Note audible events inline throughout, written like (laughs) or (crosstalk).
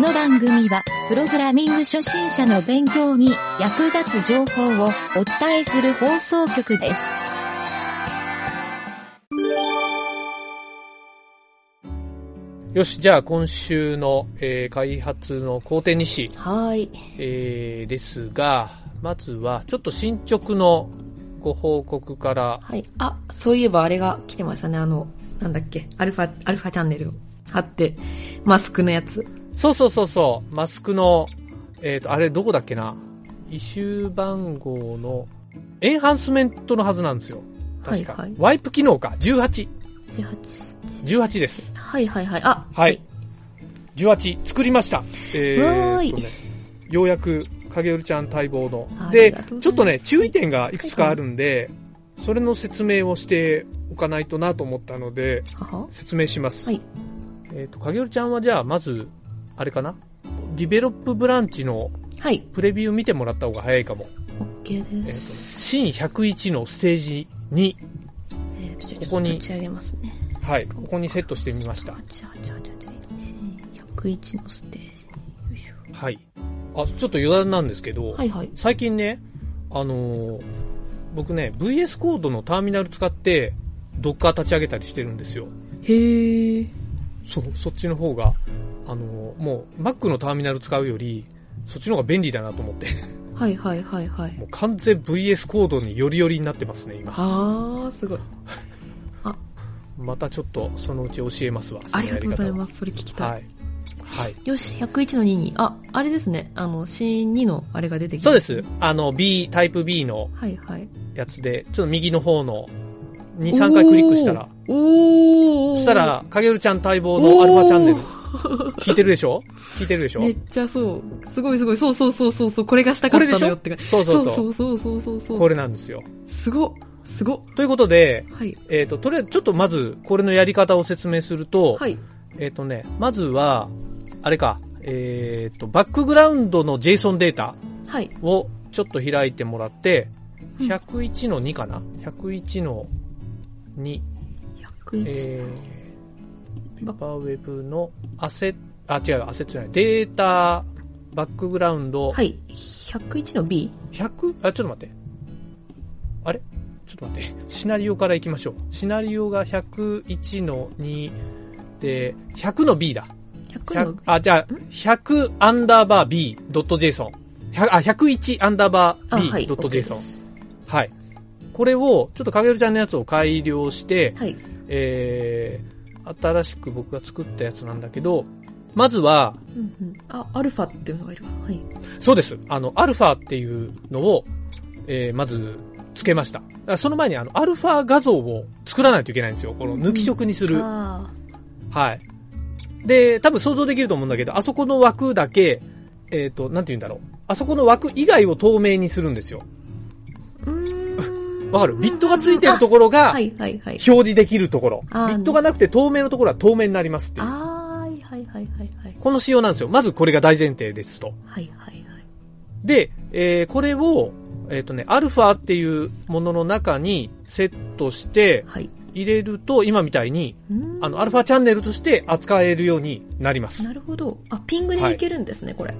の番組は、プログラミング初心者の勉強に役立つ情報をお伝えする放送局です。よし、じゃあ今週の、えー開発の工程日誌、はい。えーですが、まずはちょっと進捗のご報告から、はい。あ、そういえばあれが来てましたね。あの、なんだっけ。アルファ、アルファチャンネルを貼って、マスクのやつ。そうそうそうそう、マスクの、えっ、と、あれどこだっけな、異臭番号のエンハンスメントのはずなんですよ。確か。はいはいワイプ機能か、18。 18。 18です。はいはいはい。あ、はい。18、作りました。えわーいとね、ようやく、影るちゃん待望のあ。りでがとうございま、すちょっとね、注意点がいくつかあるんで、それの説明をしておかないとなと思ったので、はは説明します。はいえっ、と、影るちゃんはじゃあ、まず、あれかなディベロップブランチのはい。プレビュー見てもらった方が早いかも。 OK えでっ、と、す。シーン101のステージ2。えっと、ちょっこことに立ち上げますね。はい。ここにセットしてみましたあ。ちゃあちゃあちゃあちゃあ。101のステージに。よいしょはい。あ、ちょっと余談なんですけど、はいはい。最近ね、あのー僕ね、VS コードのターミナル使って、ドッカー立ち上げたりしてるんですよ。へえ。そ、そっちの方が、あのーもう、Mac のターミナル使うより、そっちの方が便利だなと思って、 (laughs) はいはいはいはい。もう完全 VS コードによりよりになってますね、今。あー、すごい。またちょっと、そのうち教えますわ。。ありがとうございますす。それ聞きたい。はい。はい。よし、101の2に。あ、あれですね。あの、シーン2のあれが出てきた。そうです。。あの、B、タイプ B のはいはい。やつで、ちょっと右の方の、2、3回クリックしたら、おー。そしたら、かげるちゃん待望のアルファチャンネルお。聞いてるでしょ聞いてるでしょめっちゃそう。すごいすごい。そうそうそうそう。そうこれがしたかこっれでたしのょよってか。そうそうそう。そうそうそうそうそう。これなんですよ。すごっ。すごっ。ということで、はい。えっ、と、とりあえずちょっとまず、これのやり方を説明すると、はい。えっ、とね、まずは、あれか、えっ、と、バックグラウンドの JSON データはい。をちょっと開いてもらって、うん101の2かな ?101 の2。 101。えー、ペッパーウェブのアセあ、違う、アセットじゃない。データ、バックグラウンド、はい。101の B? 100? あ、ちょっと待って。あれちょっと待って。シナリオから行きましょう。シナリオが101の2で、100の B だ。 100 100の、あ、じゃあ、100アンダーバー B.json。100あ、101アンダーバあ、はい。ー B.json。 OK ではい、すこれを、ちょっとかげるちゃんのやつを改良して、はい。えー、新しく僕が作ったやつなんだけど、まずは、うんうん。あ、アルファっていうのがいるわ。はい。そうです。あの、アルファっていうのを、えーまず、つけました。だからその前に、あの、アルファ画像を作らないといけないんですよ。この、抜き色にする。あはい。で、多分想像できると思うんだけど、あそこの枠だけ、えっ、と、なんて言うんだろう。あそこの枠以外を透明にするんですよ。ー。うーん。わかるビットがついてるとこころがは、いはいはい。表示できるところ。ビあーットがなくて透明のところは透明になりますっていう。あー、はいはいはいはい。この仕様なんですよ。まずこれが大前提ですと。はいはいはい。で、えーこれを、えっ、とね、アルファっていうものの中にセットしてはい。入れると、今みたいに、うーんあの、アルファチャンネルとして扱えるようになります。なるほど。あ、ピングでいけるんですね、これ。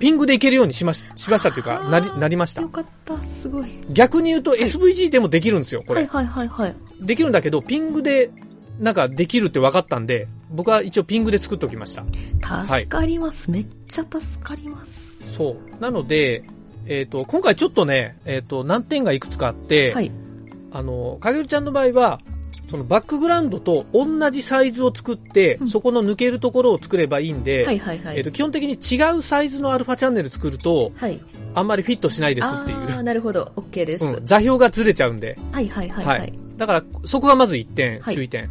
ピングでいけるようにしまししましたっていうか、なり、なりましたよ。かった、すごい。逆に言うと SVG でもできるんですよ、こはいれ。はいはいはい。できるんだけど、ピングで、なんかできるって分かったんで、僕は一応ピングで作っておきました。助かります。めっちゃ助かります。そう。なので、えっ、と、今回ちょっとね、えっ、と、難点がいくつかあって、はい。あの、かげるちゃんの場合は、そのバックグラウンドと同じサイズを作って、うんそこの抜けるところを作ればいいんで、はいはいはえっとい。基本的に違うサイズのアルファチャンネル作ると、はい。あんまりフィットしないですあっていう。ー、なるほど。OK です。うん、座標がずれちゃうんで。はいはいはいはい。だから、そこがまず1点、はい注意点。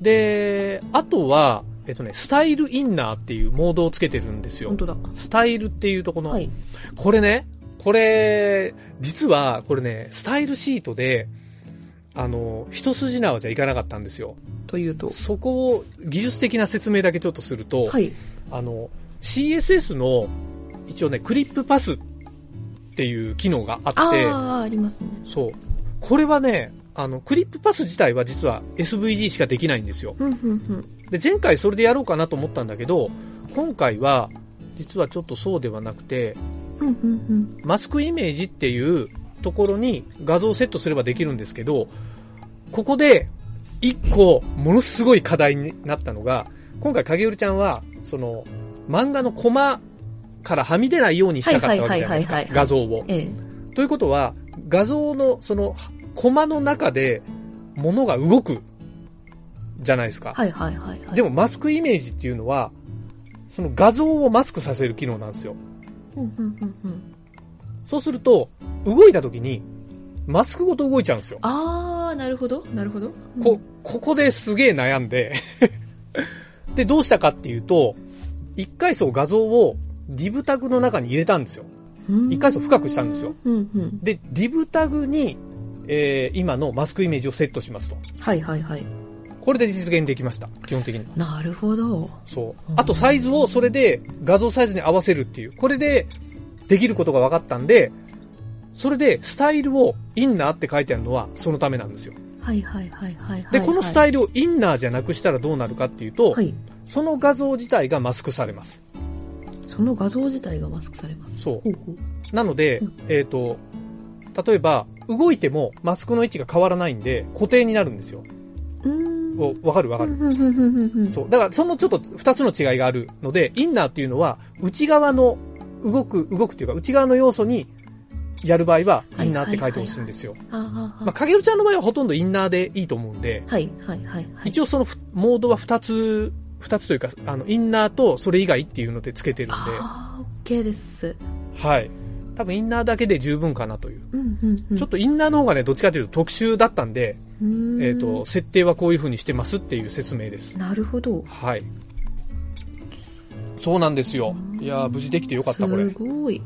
で、あとは、えっとね、スタイルインナーっていうモードをつけてるんですよ本。当だ。スタイルっていうとこの、はい。これね、これ、実は、これね、スタイルシートで、あの、一筋縄じゃいかなかったんですよ。というと。そこを技術的な説明だけちょっとすると、はい。あの、CSS の、一応ね、クリップパスっていう機能があって、あー、ありますね。そう。これはね、あの、クリップパス自体は実は SVG しかできないんですよ。うんうんうん。で、前回それでやろうかなと思ったんだけど、今回は、実はちょっとそうではなくて、うんうんマスクイメージっていうところに画像をセットすればできるんですけど、ここで一個ものすごい課題になったのが、今回影るちゃんは、その、漫画のコマからはみ出ないようにしたかったわけじゃないですはかいはいはいはいは、い画像を。ええ。ということは、画像のその、コマの中で物が動くじゃないですか。はいはいはいはい。でもマスクイメージっていうのは、その画像をマスクさせる機能なんですよ。うんうんうんうん。そうすると、動いた時に、マスクごと動いちゃうんですよ。あー、なるほど、なるほど。うんこ、ここですげえ悩んで。 (laughs) で、どうしたかっていうと、一階層画像を div タグの中に入れたんですよ。うん一箇所深くしたんですよ。うんうん。で、div タグに、えー、今のマスクイメージをセットしますと。はいはいはい。ここれで実現できました。基本的には。なるほど。そうう。んあとサイズをそれで画像サイズに合わせるっていう。これでできることが分かったんで、それでスタイルをインナーって書いてあるのはそのためなんですよ。はいはいはいはいはい。で、このスタイルをインナーじゃなくしたらどうなるかっていうと、はい。その画像自体がマスクされます。その画像自体がマスクされます。そほうほう。う。なのでうん、えっ、と、例えば、動いてもマスクの位置が変わらないんで、固定になるんですよ。うーん。おわかるわかる。うんうんうんうんうん。そう。だから、そのちょっと二つの違いがあるので、インナーっていうのは、内側の動く、動くというか、内側の要素にやる場合は、インナーって書いてほしいんですよ。あーまあ、かげるちゃんの場合はほとんどインナーでいいと思うんで、はいはいはいはい。一応そのふモードは二つ、二つというか、あの、インナーとそれ以外っていうのでつけてるんあー、OK です。で、はい。多分インナーだけで十分かなという。うんうんうん。ちょっとインナーの方がね、どっちかというと特殊だったんで、うーんえっ、と、。設定はこういう風にしてますっていう説明です。なるほど。はい。そうなんですよ。いやー無事できてよかった、これす。ごい。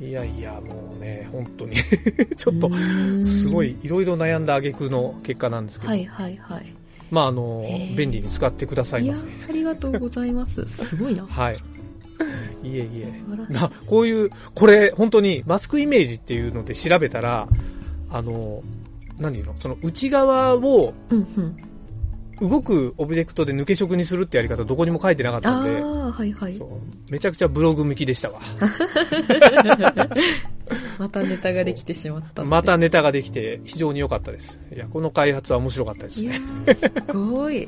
いやいや、もうね、本 (laughs) 当に。ちょっとう、ーんすごい、。いろいろ悩んだ挙句の結果なんですけど、はいはいはい。まあ、あのへー、便利に使ってくださいいまやせ。、ありがとうござい (laughs) ます。すごいな。はい。いえいえ。素晴らしいな、こういう、これ、本当に、マスクイメージっていうので調べたら、あの、何言うのその内側をうんうん。動くオブジェクトで抜け色にするってやり方どこにも書いてなかったあんで、ー、はいはいそ。うめちゃくちゃブログ向きでしたわ。またネタができてしまった。ま。たネタができて非常に良かったです。いや、この開発は面白かったですいやね。ー、すご (laughs) い。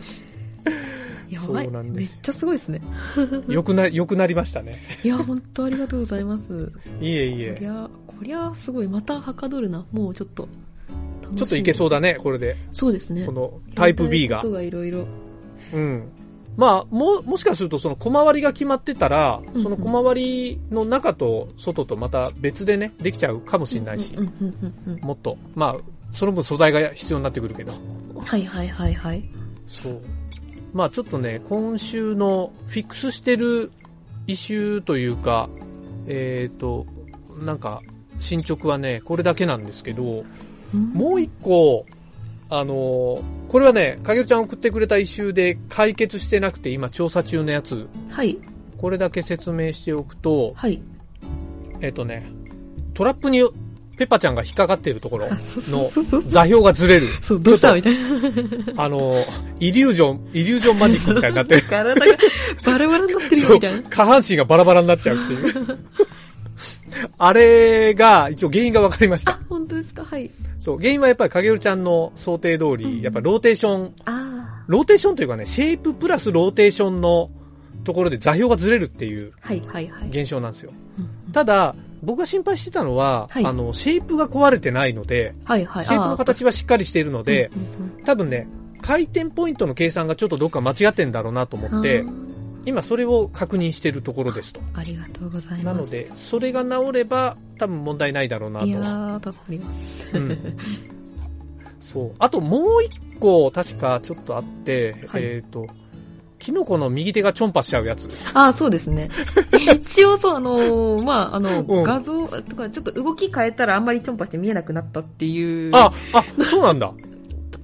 やばい。そうなんめでっすよちゃすごいですね。良くな、良くなりましたね。いや、本当ありがとうございます。いえいこりえ。ゃ、こりゃすごい。またはかどるな。もうちょっと。ちょっといけそうだ。だね、これで。そうですねこ。のタイプやり B たいがこ。とがいろいろ。うん。まあ、も、もしかするとその小回りが決まってたらうん、その小回りの中と外とまた別でね、できちゃうかもしれないしう、んうんうんもっと、まあ、その分素材が必要になってくるけど。うん。はいはいはいはい。そう。まあちょっとね、今週のフィックスしてる異臭というか、えっ、と、なんか、進捗はね、これだけなんですけど、もう一個、あのーこれはね、かげるちゃん送ってくれた異臭で解決してなくて今調査中のやつ、はいこれだけ説明しておくと、はい。えっ、とね、トラップにペッパちゃんが引っかかってるところあそうそうのそう (laughs) そう。座標がずれる。そう、どうしたみたいな。あのーイリュージョン、イリュージョンマジックみたいになってる。体が (laughs) バラバラになってるよそうみたいな。下半身がバラバラになっちゃうっていう。あれが、一応原因が分かりましたあ。、本当ですかはい。そう、原因はやっぱり影るちゃんの想定通うんり、やっぱローテーション、あローテーションというかね、シェイププラスローテーションのところで座標がずれるっていうあ。はいはいはい。現象なんですよ。うんうんただ、僕が心配してたのは、はいあの、シェイプが壊れてないので、はいはい。シェイプの形はしっかりしているので、あー、うんうん多分ね、回転ポイントの計算がちょっとどっか間違ってんだろうなとう思んってあ、ー今それを確認しているところですと。ありがとうございまなす。ので、それが治れば、多分問題ないだろうないやと。ー、助かります。うん、 (laughs) そう。あともう一個、確かちょっとあって、はいえっ、と、キノコの右手がチョンパしちゃうやつ。ああ、そうですね。一応そう、あのーまあ、あの、うん画像とか、ちょっと動き変えたらあんまりチョンパして見えなくなったっていう。あ、あ、そうなんだ。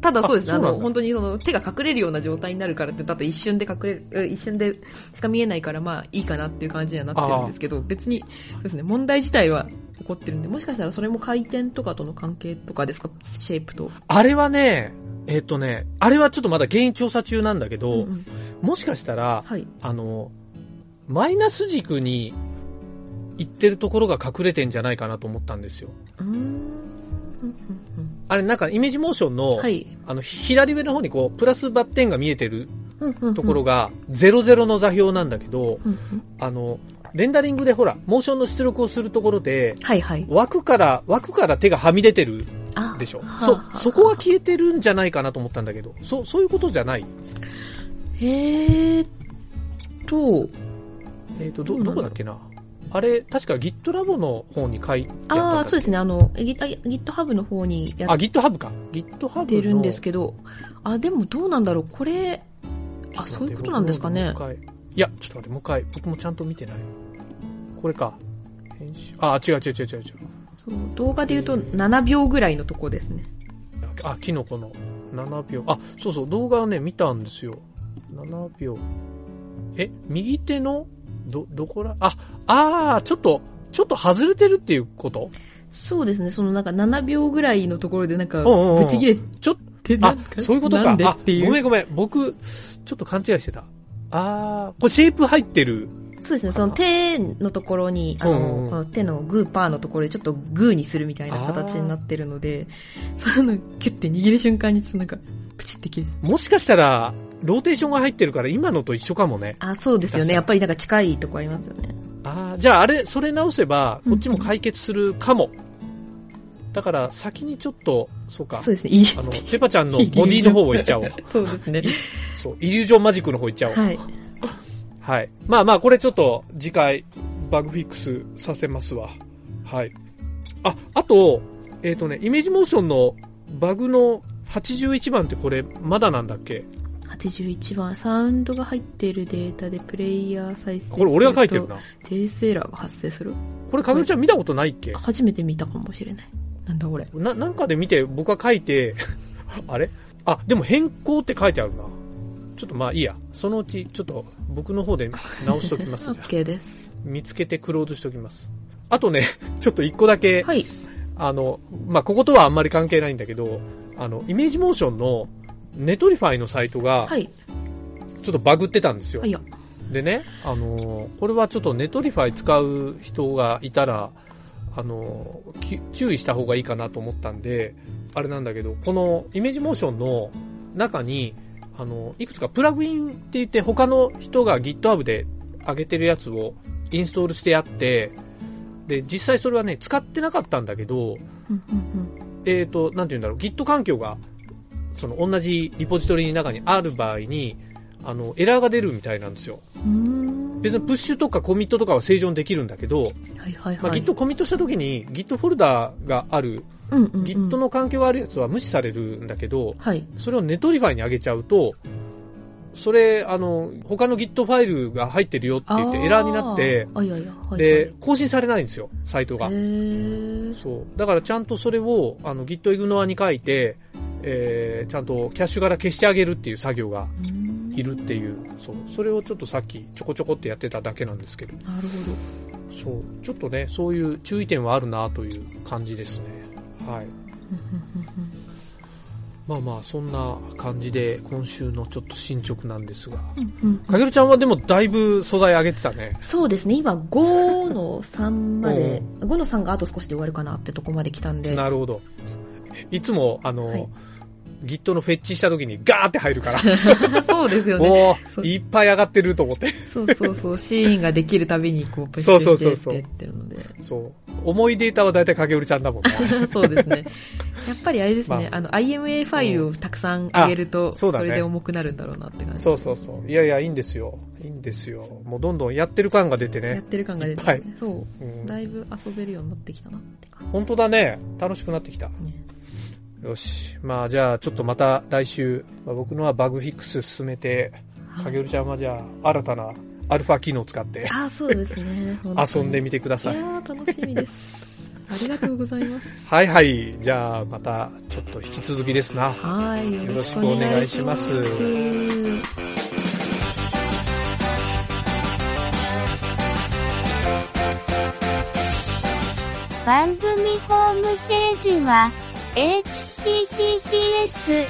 ただそうですね、ああそうなんだの、本当にその、手が隠れるような状態になるからって、だと一瞬で隠れる、うん一瞬でしか見えないから、まあ、いいかなっていう感じにはなってるんですけど、別に、そうですね、問題自体は起こってるんで、もしかしたらそれも回転とかとの関係とかですかシェイプと。あれはね、えっとね、あれはちょっとまだ原因調査中なんだけど、うんうんもしかしたら、はい。あの、マイナス軸に行ってるところが隠れてんじゃないかなと思ったんですよ。うーんうんうんあれなんかイメージモーションうの、んはい。あの、左上の方にこう、プラスバッテンが見えてるとところが、00の座標なんだけど、うんうんあの、レンダリングでほら、モーションの出力をするところで、はいはい。枠から、枠から手がはみ出てるあでしょは。あそは、あそこは消えてるんじゃないかなと思ったんだけど、そ、そういうことじゃない。えーっと、えっ、と、ど、どこだっけな。あれ、確か GitLab の方に書いてったんだああ、そうですね。あの、え Git- あ GitHub の方にやっあ、GitHub か。GitHub の。てるんですけど、あ、でもどうなんだろう。これ、あ、ちそょっ待ってういうことなんですかね僕。もう一回いや、ちょっと待って、もう一回。僕もちゃんと見てない。これか。編集。あ、違う違う違う違う違う。そう動画で言うと7秒ぐらいのとこですね。あ、キノコの7秒。あ、そうそう、動画をね、見たんですよ。7秒。え、右手の、ど、どこら、あ、あー、ちょっと、ちょっと外れてるっていうことそうですね。そのなんか7秒ぐらいのところでなんか、んうんうんぶち切れちょっと、てなあんか、そういうことか。なんであっていごうめんごめん。僕、ちょっと勘違いしてた。あー、これシェイプ入ってる。そうですね、その手のところに、あの、うんうんこの手のグーパーのところでちょっとグーにするみたいな形になってるので、その、キュッて握る瞬間にちょっとなんか、プチって切れる。もしかしたら、ローテーションが入ってるから今のと一緒かもね。あ、そうですよ確かね。にやっぱりなんか近いとこありますよね。ああ、じゃああれ、それ直せば、うんこっちも解決するかも。だから、先にちょっと、そうか。そうですね、いい。あの、ペパちゃんのボディの方を行っちゃおう。そうですね。そう、イリュージョンマジックの方行っちゃおう。はい。はい。まあまあ、これちょっと、次回、バグフィックスさせますわ。はい。あ、あと、えっ、とね、イメージモーションのバグの81番ってこれ、まだなんだっけ81番、サウンドが入っているデータでプレイヤー再生すると。これ俺が書いてるな。訂正エラーが発生する。これ、かぐるちゃん見たことないっけ初めて見たかもしれない。なんだこれ。な、なんかで見て、僕は書いて、 (laughs) あれあ、でも変更って書いてあるな。ちょっとまあいいや。そのうち、ちょっと僕の方で直しときま (laughs) す。じゃあ OK です。見つけてクローズしときます。あとね、 (laughs) ちょっと一個だけ、はい。あの、まあこことはあんまり関係ないんだけど、あの、イメージモーションのネトリファイのサイトが、はい。ちょっとバグってたんですよ。はいや。でね、あのーこれはちょっとネトリファイ使う人がいたら、あのーき注意した方がいいかなと思ったんで、あれなんだけど、このイメージモーションの中に、あのーいくつかプラグインって言って他の人が GitHub で上げてるやつをインストールしてあって、で、実際それはね、使ってなかったんだけど、うんうんえっ、と、なんて言うんだろう、Git 環境が、その同じリポジトリの中にある場合に、あの、エラーが出るみたいなんですよ。うん。うーん別にプッシュとかコミットとかは正常にできるんだけど、はいはいはい。まあ、Git コミットした時に Git フォルダーがある、うんうんうん Git の環境があるやつは無視されるんだけど、はい。それをネトリファイに上げちゃうと、それ、あの、他の Git ファイルが入ってるよって言ってエラーになって、あー、あいやいや、はいはい、で、更新されないんですよ、サイトへが。ーそう。だからちゃんとそれを、あの、GitIgnore に書いて、えー、ちゃんとキャッシュから消してあげるっていう作業がうーんいるっていう、そう。それをちょっとさっきちょこちょこってやってただけなんですけど。なるほど。そう、ちょっとね、そういう注意点はあるなという感じですね。うんうんはい。うんまあまあ、そんな感じで、今週のちょっと進捗なんですが。うんうんかげるちゃんはでもだいぶ素材上げてたね。そうですね、今5の3まで、5の3があと少しで終わるかなってとこまで来たんで、なるほど。いつも、あの、はい Git のフェッチした時にガーって入るから、 (laughs) そうですよね。おそおういっぱい上がってると思って。そうそう (laughs) そう、シーンができるたびにこう、プッシュしてそうそうっそうそうてってるので。 (laughs) そう。重いデータはだいたいかげるちゃんだもんね。そうですね。やっぱりあれですね、まああの、IMA ファイルをたくさん上げると、あそうだねれで重くなるんだろうなって感じ。そうそうそう。いやいや、いいんですよ。いいんですよ。もうどんどんやってる感が出てやっね。てる感が出て、いっね、そうう、ん、だいぶ遊べるようになってきたなって感本当だね。楽しくなってきた。じね。よし。まあじゃあちょっとまた来週、まあ僕のはバグフィックス進めて、はいかげるちゃんはじゃあ新たなアルファ機能を使ってあーそうですね。本当に遊んでみてくださいい。やー、楽しみです。ありがとうござい (laughs) ます。はいはい。じゃあまたちょっと引き続きですな。はい、よろろししくくおお願願いいししまますす。番組ホームページは、https,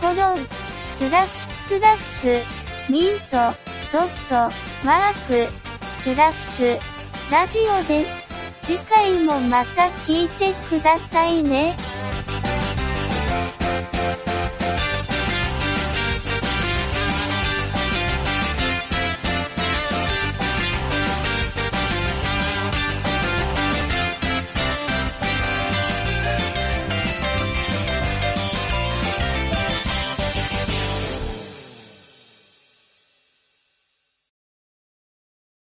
コロン、スラッシュスラッシュ、ミント、ドット、マーク、スラッシュ、ラジオです。次回もまた聞いてくださいね。